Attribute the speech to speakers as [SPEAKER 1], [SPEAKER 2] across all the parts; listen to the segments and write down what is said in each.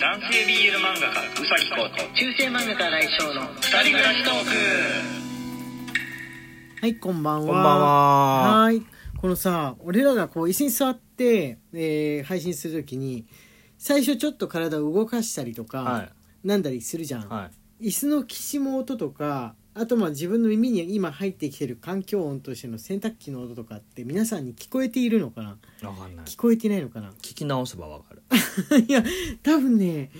[SPEAKER 1] 男性 BL 漫画家うさぎこと
[SPEAKER 2] 中世漫画家来翔の
[SPEAKER 1] 二人暮らしトーク
[SPEAKER 2] はいこんばんは
[SPEAKER 3] こんばんは。
[SPEAKER 2] はーいこのさ俺らがこう椅子に座って、えー配信するときに最初ちょっと体を動かしたりとか、
[SPEAKER 3] は
[SPEAKER 2] なんだりするじゃん、
[SPEAKER 3] い。はい。
[SPEAKER 2] 椅子のきしむ音とかあとまあ自分の耳に今入ってきてる環境音としての洗濯機の音とかって皆さんに聞こえているのかな
[SPEAKER 3] わかんない。
[SPEAKER 2] 聞
[SPEAKER 3] 聞
[SPEAKER 2] こえてないのかな
[SPEAKER 3] き直せばわかる。
[SPEAKER 2] いや多分ね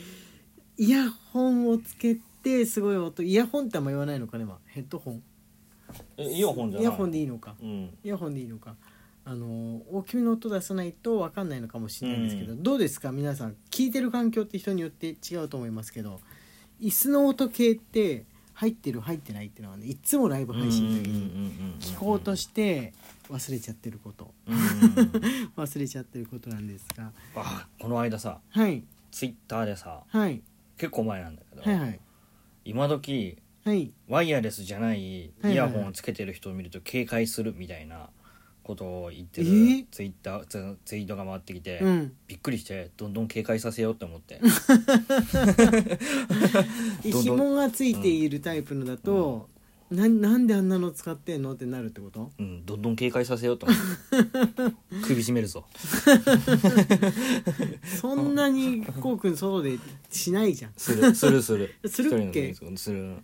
[SPEAKER 2] イヤホンをつけてすごい音イヤホンってあんま言わないのかね今ヘッドホン
[SPEAKER 3] え、イヤホンじゃ
[SPEAKER 2] イ
[SPEAKER 3] ない。
[SPEAKER 2] ヤホンでいいのか
[SPEAKER 3] うん。
[SPEAKER 2] イヤホンでいいのかあの大きめの音出さないと分かんないのかもしれないんですけど、
[SPEAKER 3] う
[SPEAKER 2] どうですか皆さん聞いてる環境って人によって違うと思いますけど椅子の音系って入ってる入ってないっていうのはねいつもライブ配信の時に聞こうと
[SPEAKER 3] し
[SPEAKER 2] して忘れちゃってること
[SPEAKER 3] て。うん
[SPEAKER 2] 忘れちゃってることなんですが
[SPEAKER 3] あ、この間さ、
[SPEAKER 2] はい
[SPEAKER 3] ツイッターでさ、
[SPEAKER 2] はい
[SPEAKER 3] 結構前なんだけど、
[SPEAKER 2] はいはい
[SPEAKER 3] 今時
[SPEAKER 2] はい
[SPEAKER 3] ワイヤレスじゃないイ
[SPEAKER 2] はい
[SPEAKER 3] ヤホンをつけてる人を見ると警戒するみたいなことを言ってる
[SPEAKER 2] えー
[SPEAKER 3] ツイッター、ツツイートが回ってきて、
[SPEAKER 2] うん
[SPEAKER 3] びっくりしてどんどん警戒させようって 思って。どんどん
[SPEAKER 2] 紐がついているタイプのだと、ななんであんなの使ってんのってなるってこと
[SPEAKER 3] うん、どんどん警戒させようと思 って。首絞めるぞ。
[SPEAKER 2] そんなにこうくん外でしないじゃん
[SPEAKER 3] するするする
[SPEAKER 2] するっけ
[SPEAKER 3] 一人の時にする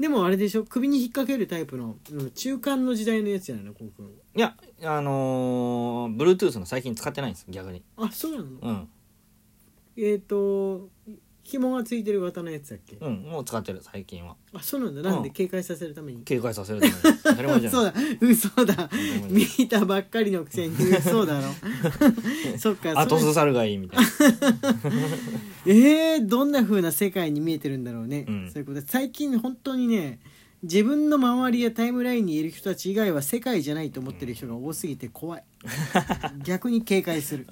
[SPEAKER 2] でもあれでしょ首に引っ掛けるタイプのうん中間の時代のやつじゃないのこうくん
[SPEAKER 3] いやあのー、Bluetooth の最近使ってないんです逆に
[SPEAKER 2] あそうなの、
[SPEAKER 3] うん
[SPEAKER 2] えっ、と紐がついてる型のやつだっけ、
[SPEAKER 3] うんもう使ってる最近は
[SPEAKER 2] あそうなんだなんで
[SPEAKER 3] うん
[SPEAKER 2] 警戒させるために、
[SPEAKER 3] 警戒させるた めに当たり前じゃ
[SPEAKER 2] そう
[SPEAKER 3] ない
[SPEAKER 2] だ嘘だ
[SPEAKER 3] 当たり前
[SPEAKER 2] 見たばっかりのくせに嘘 だろそっか
[SPEAKER 3] 後
[SPEAKER 2] それ
[SPEAKER 3] ずさるがいいみたいな
[SPEAKER 2] えー、どんな風な世界に見えてるんだろうね、
[SPEAKER 3] うん
[SPEAKER 2] そういうことで最近本当にね自分の周りやタイムラインにいる人たち以外は世界じゃないと思ってる人が多すぎて怖い 逆に警戒する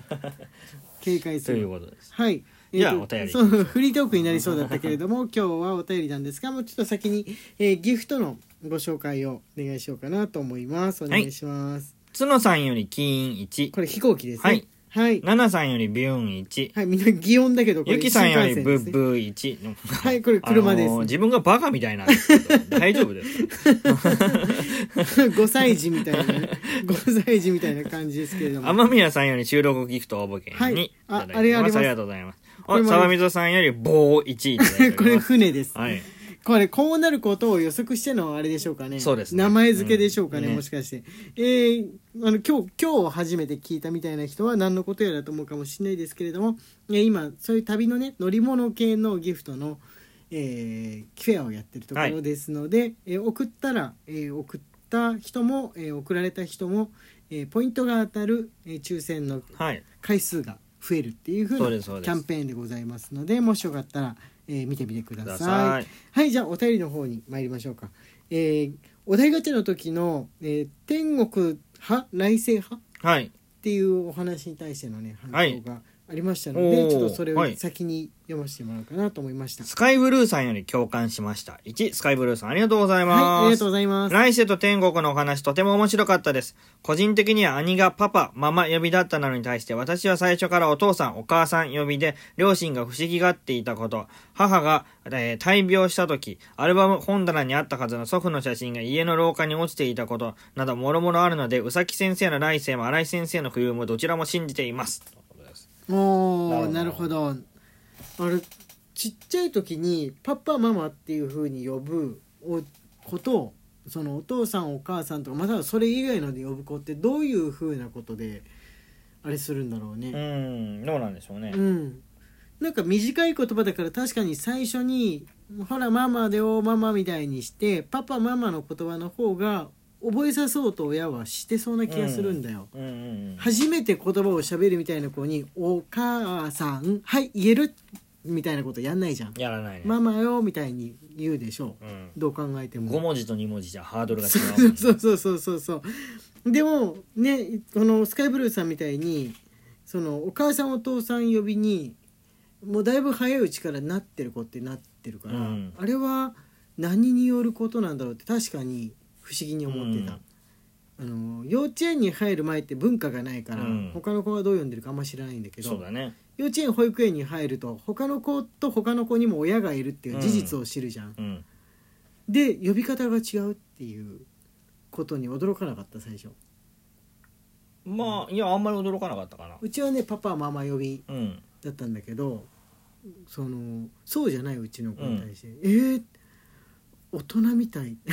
[SPEAKER 2] 警戒す
[SPEAKER 3] という
[SPEAKER 2] る
[SPEAKER 3] ことです
[SPEAKER 2] はい
[SPEAKER 3] じゃあ
[SPEAKER 2] えーと
[SPEAKER 3] お便り
[SPEAKER 2] そうフリートークになりそうだったけれども 今日はお便りなんですがもうちょっと先に、えーギフトのご紹介をお願いしようかなと思いますお願いします、
[SPEAKER 3] 角さんより金1
[SPEAKER 2] これ飛行機ですね
[SPEAKER 3] はい
[SPEAKER 2] はい、
[SPEAKER 3] ナナさんよりビューン1
[SPEAKER 2] はい、みんな擬音だけどこれ
[SPEAKER 3] ゆきさんより
[SPEAKER 2] 新幹線
[SPEAKER 3] ブ
[SPEAKER 2] で
[SPEAKER 3] ッ
[SPEAKER 2] すね
[SPEAKER 3] ブー1
[SPEAKER 2] はいこれ車です
[SPEAKER 3] あのー自分がバカみたいなんですけど 大丈夫ですか
[SPEAKER 2] 5歳児みたいなね 5歳児みたいな感じですけれども
[SPEAKER 3] 天宮さんより収録ギフト応募券に、
[SPEAKER 2] はいあ
[SPEAKER 3] いただいてます
[SPEAKER 2] あれあります
[SPEAKER 3] ありがとうございます
[SPEAKER 2] これもあり
[SPEAKER 3] お
[SPEAKER 2] ます
[SPEAKER 3] 沢溝さんより棒1いただいておりま す
[SPEAKER 2] これ船です、
[SPEAKER 3] はい
[SPEAKER 2] これこうなることを予測してのあれでしょうかね
[SPEAKER 3] そうですね
[SPEAKER 2] 名前付けでしょうかね,、
[SPEAKER 3] うんね
[SPEAKER 2] もしかしてえーあの今日今日初めて聞いたみたいな人は何のことやらと思うかもしれないですけれども、えー今そういう旅のね乗り物系のギフトの、えーフェアをやってるところですので、えー送ったら、えー送った人も、えー送られた人も、えーポイントが当たる、えー抽選の
[SPEAKER 3] はい
[SPEAKER 2] 回数が増えるっていう風
[SPEAKER 3] そ
[SPEAKER 2] な
[SPEAKER 3] うです
[SPEAKER 2] キ
[SPEAKER 3] そうです
[SPEAKER 2] ャンペーンでございますのでもしよかったら、えー見てみてください
[SPEAKER 3] ください
[SPEAKER 2] はいじゃあお便りの方に参りましょうか、えーお題ガチャの時の、えー天国派来世派っ
[SPEAKER 3] はい
[SPEAKER 2] ていうお話に対してのね
[SPEAKER 3] は
[SPEAKER 2] 反
[SPEAKER 3] い
[SPEAKER 2] 応がありましたので、
[SPEAKER 3] おー
[SPEAKER 2] ちょっとそれ
[SPEAKER 3] は
[SPEAKER 2] を
[SPEAKER 3] い
[SPEAKER 2] 先に読ませてもらおうかなと思いました
[SPEAKER 3] スカイブルーさんより共感しました。1、スカイブルーさんありがとうございます。
[SPEAKER 2] はいありがとうございます
[SPEAKER 3] 来世と天国のお話とても面白かったです。個人的には兄がパパ、ママ呼びだったのに対して私は最初からお父さん、お母さん呼びで両親が不思議がっていたこと、母が、えー大病した時、アルバム本棚にあったはずの祖父の写真が家の廊下に落ちていたことなどもろもろあるので、宇崎先生の来世も新井先生の冬もどちらも信じています。ということです
[SPEAKER 2] おーな
[SPEAKER 3] な
[SPEAKER 2] る
[SPEAKER 3] る
[SPEAKER 2] ほ
[SPEAKER 3] ほ
[SPEAKER 2] どあれちっちゃい時にパパママっていう風に呼ぶおことをそのお父さんお母さんとかまたはそれ以外ので呼ぶ子ってどういう風なことであれするんだろう
[SPEAKER 3] う
[SPEAKER 2] ね。
[SPEAKER 3] ん、どうなんでしょうね
[SPEAKER 2] う。ん、なんか短い言葉だから確かに最初に「ほらママでおママ」みたいにしてパパママの言葉の方が覚えさそうと親はしてそうな気がするんだよ。
[SPEAKER 3] うんうんうん
[SPEAKER 2] 初めて言葉を喋るみたいな子に「お母さんはい言える」みたいなことやんないじゃん「
[SPEAKER 3] やらないね。
[SPEAKER 2] ママよ」みたいに言うでしょう、
[SPEAKER 3] うん
[SPEAKER 2] どう考えても
[SPEAKER 3] 5文字と2文字じゃハードルが違うもん ね、
[SPEAKER 2] そうそうそうそうそうでもねこのスカイブルーさんみたいにそのお母さんお父さん呼びにもうだいぶ早いうちからなってる子ってなってるから、
[SPEAKER 3] うん
[SPEAKER 2] あれは何によることなんだろうって確かに不思議に思ってた、
[SPEAKER 3] うん
[SPEAKER 2] あの幼稚園に入る前って文化がないから、
[SPEAKER 3] うん
[SPEAKER 2] 他の子はどう読んでるかあんま知らないんだけど
[SPEAKER 3] そうだね
[SPEAKER 2] 幼稚園保育園に入ると他の子と他の子にも親がいるっていう事実を知るじゃん、
[SPEAKER 3] うん
[SPEAKER 2] で呼び方が違うっていうことに驚かなかった最初
[SPEAKER 3] まあいやあんまり驚かなかったかな
[SPEAKER 2] うちはねパパママ呼び
[SPEAKER 3] うん
[SPEAKER 2] だったんだけどそのそうじゃないうちの子に対して、えー大人みたい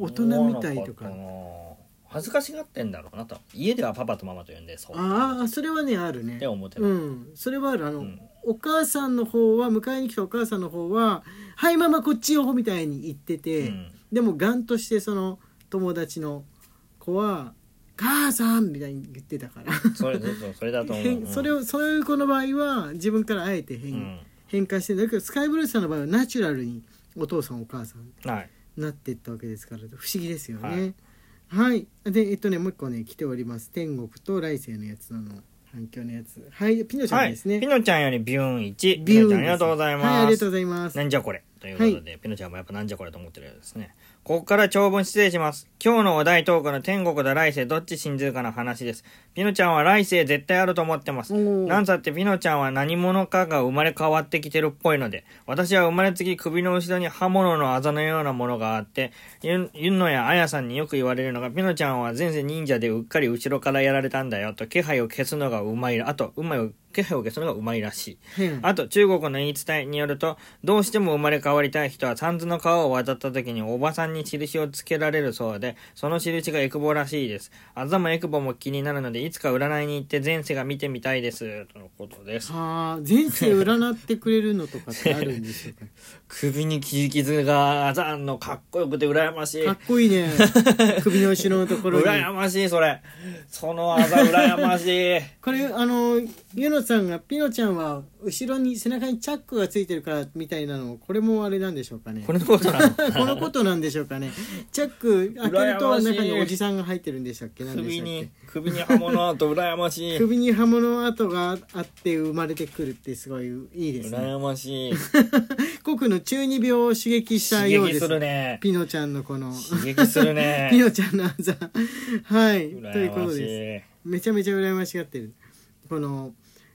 [SPEAKER 2] 大人みたいとか
[SPEAKER 3] 思わなったな恥ずかしがってんだろうなと家ではパパとママと呼んでそう
[SPEAKER 2] ああそれはねあるね
[SPEAKER 3] って思ってた、
[SPEAKER 2] うんそれはあるあの、
[SPEAKER 3] うん
[SPEAKER 2] お母さんの方は迎えに来たお母さんの方は「はいママこっちよ」みたいに言ってて、
[SPEAKER 3] うん
[SPEAKER 2] でもガンとしてその友達の子は「母さん」みたいに言ってたから
[SPEAKER 3] それそうそうそれだと思う、う
[SPEAKER 2] 変
[SPEAKER 3] ん
[SPEAKER 2] それをそういう子の場合は自分からあえて変,、
[SPEAKER 3] うん
[SPEAKER 2] 変換してんだけどスカイブルーさんの場合はナチュラルにお父さんお母さんに
[SPEAKER 3] はい
[SPEAKER 2] なってったわけですから不思議ですよね。はい、でえっとねもう一個ね来ております天国と来世のやつのの反響のやつはいピノちゃ
[SPEAKER 3] は
[SPEAKER 2] ん
[SPEAKER 3] い
[SPEAKER 2] ですね。
[SPEAKER 3] ピノちゃんよりビューン1
[SPEAKER 2] ビューン
[SPEAKER 3] ピノちゃん
[SPEAKER 2] です
[SPEAKER 3] ありがとうございます、
[SPEAKER 2] はい、ありがとうございます。
[SPEAKER 3] なんじゃこれということで、ピノちゃんもやっぱなんじゃこれと思ってるようですね。ここから長文失礼します。今日のお題トークの天国と来世どっち信じるかの話です。ピノちゃんは来世絶対あると思ってます。
[SPEAKER 2] おー
[SPEAKER 3] なんさってピノちゃんは何者かが生まれ変わってきてるっぽいので、私は生まれつき首の後ろに刃物のあざのようなものがあって、ユンノやアヤさんによく言われるのが、ピノちゃんは前世忍者でうっかり後ろからやられたんだよと、気配を消すのがうまい、あと、うまいを、気配を消すのがうまいらしい。
[SPEAKER 2] はい
[SPEAKER 3] あと中国の言い伝えによるとどうしても生まれ変わりたい人は三途の川を渡った時におばさんに印をつけられるそうでその印がエクボらしいですあざもエクボも気になるのでいつか占いに行って前世が見てみたいですとのことです
[SPEAKER 2] はあ前世占ってくれるのとかってあるんでしょう か
[SPEAKER 3] 首に切り傷があざんのかっこよくて羨ましい
[SPEAKER 2] かっこいいね首の後ろのところに
[SPEAKER 3] 羨ましいそれそのあざ羨ましい
[SPEAKER 2] これあのゆのさんがピノちゃんは後ろに背中にチャックがついてるからみたいなのこれもあれなんでしょうかね
[SPEAKER 3] これのことなの
[SPEAKER 2] このことなんでしょうかねチャック開ける
[SPEAKER 3] 羨ま
[SPEAKER 2] と
[SPEAKER 3] しい
[SPEAKER 2] 中におじさんが入ってるんでしたっけ何でし たっ
[SPEAKER 3] 首に
[SPEAKER 2] け
[SPEAKER 3] 首に刃物あと羨ましい
[SPEAKER 2] 首に刃物跡があって生まれてくるってすごいいいですね
[SPEAKER 3] 羨ましい
[SPEAKER 2] 国の中二病を刺激した
[SPEAKER 3] 刺
[SPEAKER 2] ようで
[SPEAKER 3] 激
[SPEAKER 2] す
[SPEAKER 3] するね
[SPEAKER 2] ピノちゃんのこの
[SPEAKER 3] 刺激する ね
[SPEAKER 2] ピノちゃんのあざはいと
[SPEAKER 3] 羨ましい
[SPEAKER 2] いうことですめちゃめちゃ羨ましがってるこの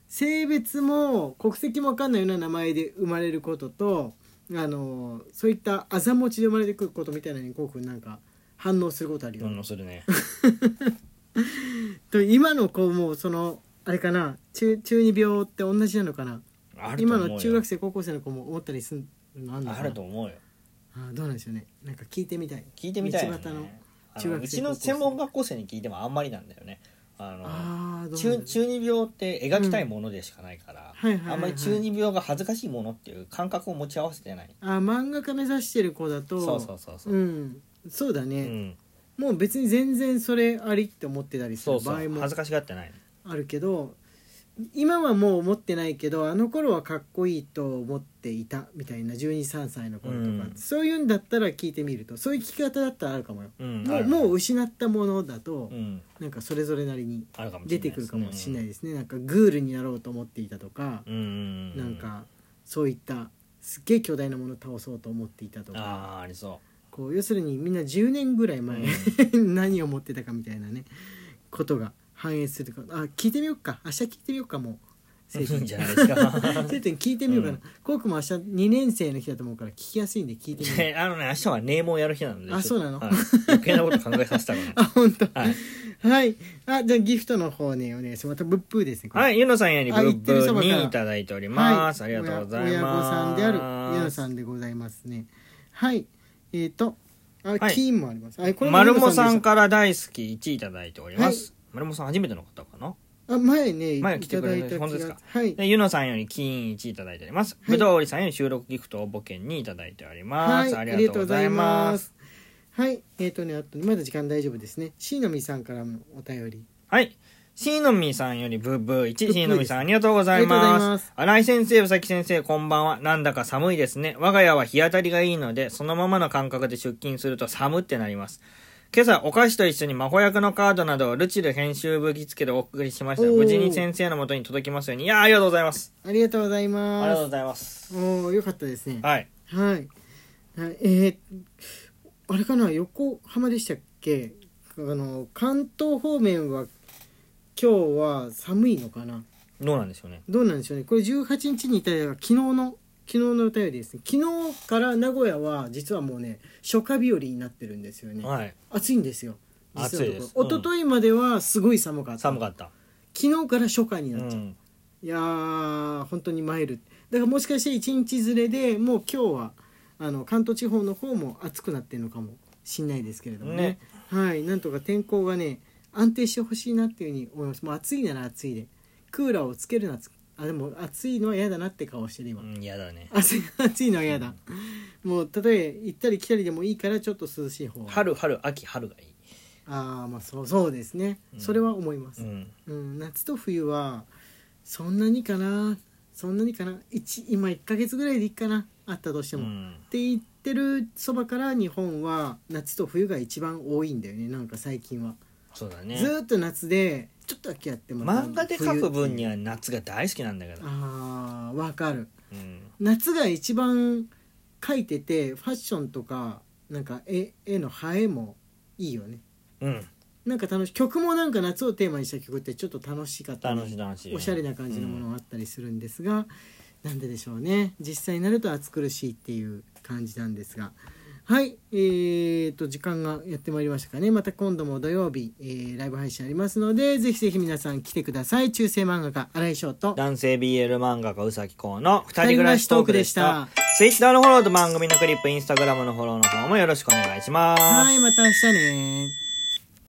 [SPEAKER 2] 性別も国籍も分かんないような名前で生まれることとあのそういったあざ持ちで生まれてくることみたいなのにこうくんなんか反応することあるよ、
[SPEAKER 3] 反応するね。
[SPEAKER 2] と今の子もそのあれかな中中二病って同じなのかな
[SPEAKER 3] あると
[SPEAKER 2] 今
[SPEAKER 3] 思うよ
[SPEAKER 2] の中学生高校生の子も思ったりするのあんのか
[SPEAKER 3] あ
[SPEAKER 2] な
[SPEAKER 3] ると思うよ。
[SPEAKER 2] あどうなんでしょうねなんか聞いてみたい
[SPEAKER 3] 聞いてみたいよ、
[SPEAKER 2] 道端の
[SPEAKER 3] ね。あ
[SPEAKER 2] 中
[SPEAKER 3] の
[SPEAKER 2] 学生
[SPEAKER 3] うち
[SPEAKER 2] 高
[SPEAKER 3] の
[SPEAKER 2] 校生
[SPEAKER 3] 専門学校生に聞いてもあんまりなんだよね。あ
[SPEAKER 2] ああどうなんだ
[SPEAKER 3] の
[SPEAKER 2] ろ
[SPEAKER 3] 中
[SPEAKER 2] う
[SPEAKER 3] 中二病って描きたいものでしかないから、
[SPEAKER 2] うんはいはいはいはい
[SPEAKER 3] あんまり中二病が恥ずかしいものっていう感覚を持ち合わせてない。
[SPEAKER 2] あ漫画家目指してる子だと
[SPEAKER 3] そうそうそうそう。
[SPEAKER 2] うん、そうだね、
[SPEAKER 3] うん
[SPEAKER 2] もう別に全然それありって思ってたりす
[SPEAKER 3] そ
[SPEAKER 2] る
[SPEAKER 3] うそ
[SPEAKER 2] 場合
[SPEAKER 3] う。恥ず
[SPEAKER 2] も
[SPEAKER 3] かしがってない。
[SPEAKER 2] あるけど今はもう思ってないけどあの頃はかっこいいと思っていたみたいな123歳の頃とか、
[SPEAKER 3] うん
[SPEAKER 2] そういうんだったら聞いてみるとそういう聞き方だったらあるかもよ、
[SPEAKER 3] うん。
[SPEAKER 2] も
[SPEAKER 3] あ
[SPEAKER 2] う
[SPEAKER 3] る
[SPEAKER 2] もう失ったものだと、
[SPEAKER 3] うん。
[SPEAKER 2] なんかそれぞれなりに
[SPEAKER 3] あるかもしれ
[SPEAKER 2] 出
[SPEAKER 3] な
[SPEAKER 2] て
[SPEAKER 3] いですね。
[SPEAKER 2] くるかもしれないですね、なんかグールになろうと思っていたとか、
[SPEAKER 3] うん。うんう
[SPEAKER 2] なん。かそういったすっげえ巨大なものを倒そうと思っていたとか
[SPEAKER 3] ああーありそ
[SPEAKER 2] こう要するにみんな10年ぐらい前、 何を持ってたかみたいなねことが反映するかあ聞いてみようか明日聞いてみようかも う
[SPEAKER 3] う。い
[SPEAKER 2] 生徒
[SPEAKER 3] いん
[SPEAKER 2] に
[SPEAKER 3] じゃない ですか。
[SPEAKER 2] 生徒に聞いてみようかな、コウ君も明日2年生の日だと思うから聞きやすいんで聞いてみよう
[SPEAKER 3] であのね明 日はネームをやる日なので
[SPEAKER 2] あそうなの
[SPEAKER 3] はい余計なこと考えさせたから
[SPEAKER 2] あ本当
[SPEAKER 3] はい
[SPEAKER 2] はいあじゃあギフトの方ねお願いしますまたブップーですねこれ
[SPEAKER 3] はい、ゆのさんよりブ
[SPEAKER 2] あ言
[SPEAKER 3] ッ
[SPEAKER 2] って
[SPEAKER 3] ブ
[SPEAKER 2] る
[SPEAKER 3] ー
[SPEAKER 2] 様から
[SPEAKER 3] にいただいております。ありがとうございます。
[SPEAKER 2] 親親御さんであるユノさんでございますねはいえっ、とあ、
[SPEAKER 3] はい
[SPEAKER 2] キーンもありますあこれ
[SPEAKER 3] マル
[SPEAKER 2] ユノ
[SPEAKER 3] モさん
[SPEAKER 2] でし
[SPEAKER 3] から大好き1いただいております。マルモさん初めての方かな
[SPEAKER 2] たあ前ね
[SPEAKER 3] 前来てくれて
[SPEAKER 2] いただいた気が
[SPEAKER 3] 本当ですか
[SPEAKER 2] はい
[SPEAKER 3] で、ゆのさんより金1いただいております。
[SPEAKER 2] はい
[SPEAKER 3] ぶどうおりさんより収録ギフト応募券にいただいておりま
[SPEAKER 2] は
[SPEAKER 3] す。
[SPEAKER 2] い、
[SPEAKER 3] ありがとうございます。。
[SPEAKER 2] はい、えっ、とね、あとまだ時間大丈夫ですね。しのみさんからもお便り。
[SPEAKER 3] はい。しーのみさんよりブーブー
[SPEAKER 2] ブーブーで
[SPEAKER 3] 1、
[SPEAKER 2] す
[SPEAKER 3] しーのみさんありがとうござい
[SPEAKER 2] ありがとうございま
[SPEAKER 3] ますす。新井先生、うさき先生、こんばんは。なんだか寒いですね。我が家は日当たりがいいので、そのままの感覚で出勤すると寒ってなります。今朝、お菓子と一緒に魔法役のカードなどをルチル編集部着付けでお送りしました。
[SPEAKER 2] おー
[SPEAKER 3] 無事に先生のもとに届きますように。いやーありがとうございます。
[SPEAKER 2] ありがとうござい
[SPEAKER 3] ありがとうご
[SPEAKER 2] ま
[SPEAKER 3] ざいます。
[SPEAKER 2] す。おお、よかったですね。
[SPEAKER 3] はい。
[SPEAKER 2] はい。はい、えーあれかな、横浜でしたっけ。あの関東方面は今日は寒いのかな
[SPEAKER 3] どうなんでしょうね
[SPEAKER 2] どうなんでしょうねこれ18日にいただいた昨日の昨日のお便りですね昨日から名古屋は実はもうね初夏日和になってるんですよね、
[SPEAKER 3] はい
[SPEAKER 2] 暑いんですよ実のところ
[SPEAKER 3] 暑いですうん
[SPEAKER 2] 一昨日まではすごい寒かった
[SPEAKER 3] 寒かった
[SPEAKER 2] 昨日から初夏に
[SPEAKER 3] う
[SPEAKER 2] なっちゃった、
[SPEAKER 3] ん
[SPEAKER 2] いやー本当にマイルだからもしかして1日ずれでもう今日はあの関東地方の方も暑くなってるのかもしんないですけれどもねはいなんとか天候がね安定してほしいなっていうふうに思いますもう暑いなら暑いでクーラーをつけるならつあでも暑いのは嫌だなって顔してる今、
[SPEAKER 3] うん嫌だね
[SPEAKER 2] 暑い暑いのは嫌だ、もう例えば行ったり来たりでもいいからちょっと涼しい方が
[SPEAKER 3] 春春秋春がいい
[SPEAKER 2] ああまあそうそうですね、
[SPEAKER 3] うん
[SPEAKER 2] それは思います、
[SPEAKER 3] うん
[SPEAKER 2] うん、夏と冬はそんなにかなそんなにかな一今1ヶ月ぐらいでいいかなあったとして
[SPEAKER 3] う
[SPEAKER 2] も、っ
[SPEAKER 3] ん
[SPEAKER 2] て言ってるそばから日本は夏と冬が一番多いんだよねなんか最近は、
[SPEAKER 3] そうだね
[SPEAKER 2] ずーっと夏でちょっとだけやっても
[SPEAKER 3] 漫画で描く分に
[SPEAKER 2] は
[SPEAKER 3] は夏が大好きなんだけど
[SPEAKER 2] あーわかる
[SPEAKER 3] うん
[SPEAKER 2] 夏が一番描いててファッションとかなんか絵絵の映えもいいよね
[SPEAKER 3] うん
[SPEAKER 2] なんか楽し曲もなんか夏をテーマにした曲ってちょっと楽しかったり
[SPEAKER 3] 楽しい楽しい
[SPEAKER 2] おしゃれな感じのものがあったりするんですが、なんででしょうね実際になると暑苦しいっていう感じなんですがはいえー、と時間がやってまいりましたかねまた今度も土曜日、えーライブ配信ありますのでぜひぜひ皆さん来てください中世漫画家新井翔と
[SPEAKER 3] 男性 BL 漫画家うさきこうの二人暮らしトークでした。Twitter のフォローと番組のクリップ、Instagram のフォローの方もよろしくお願いします。
[SPEAKER 2] はいまた明日ね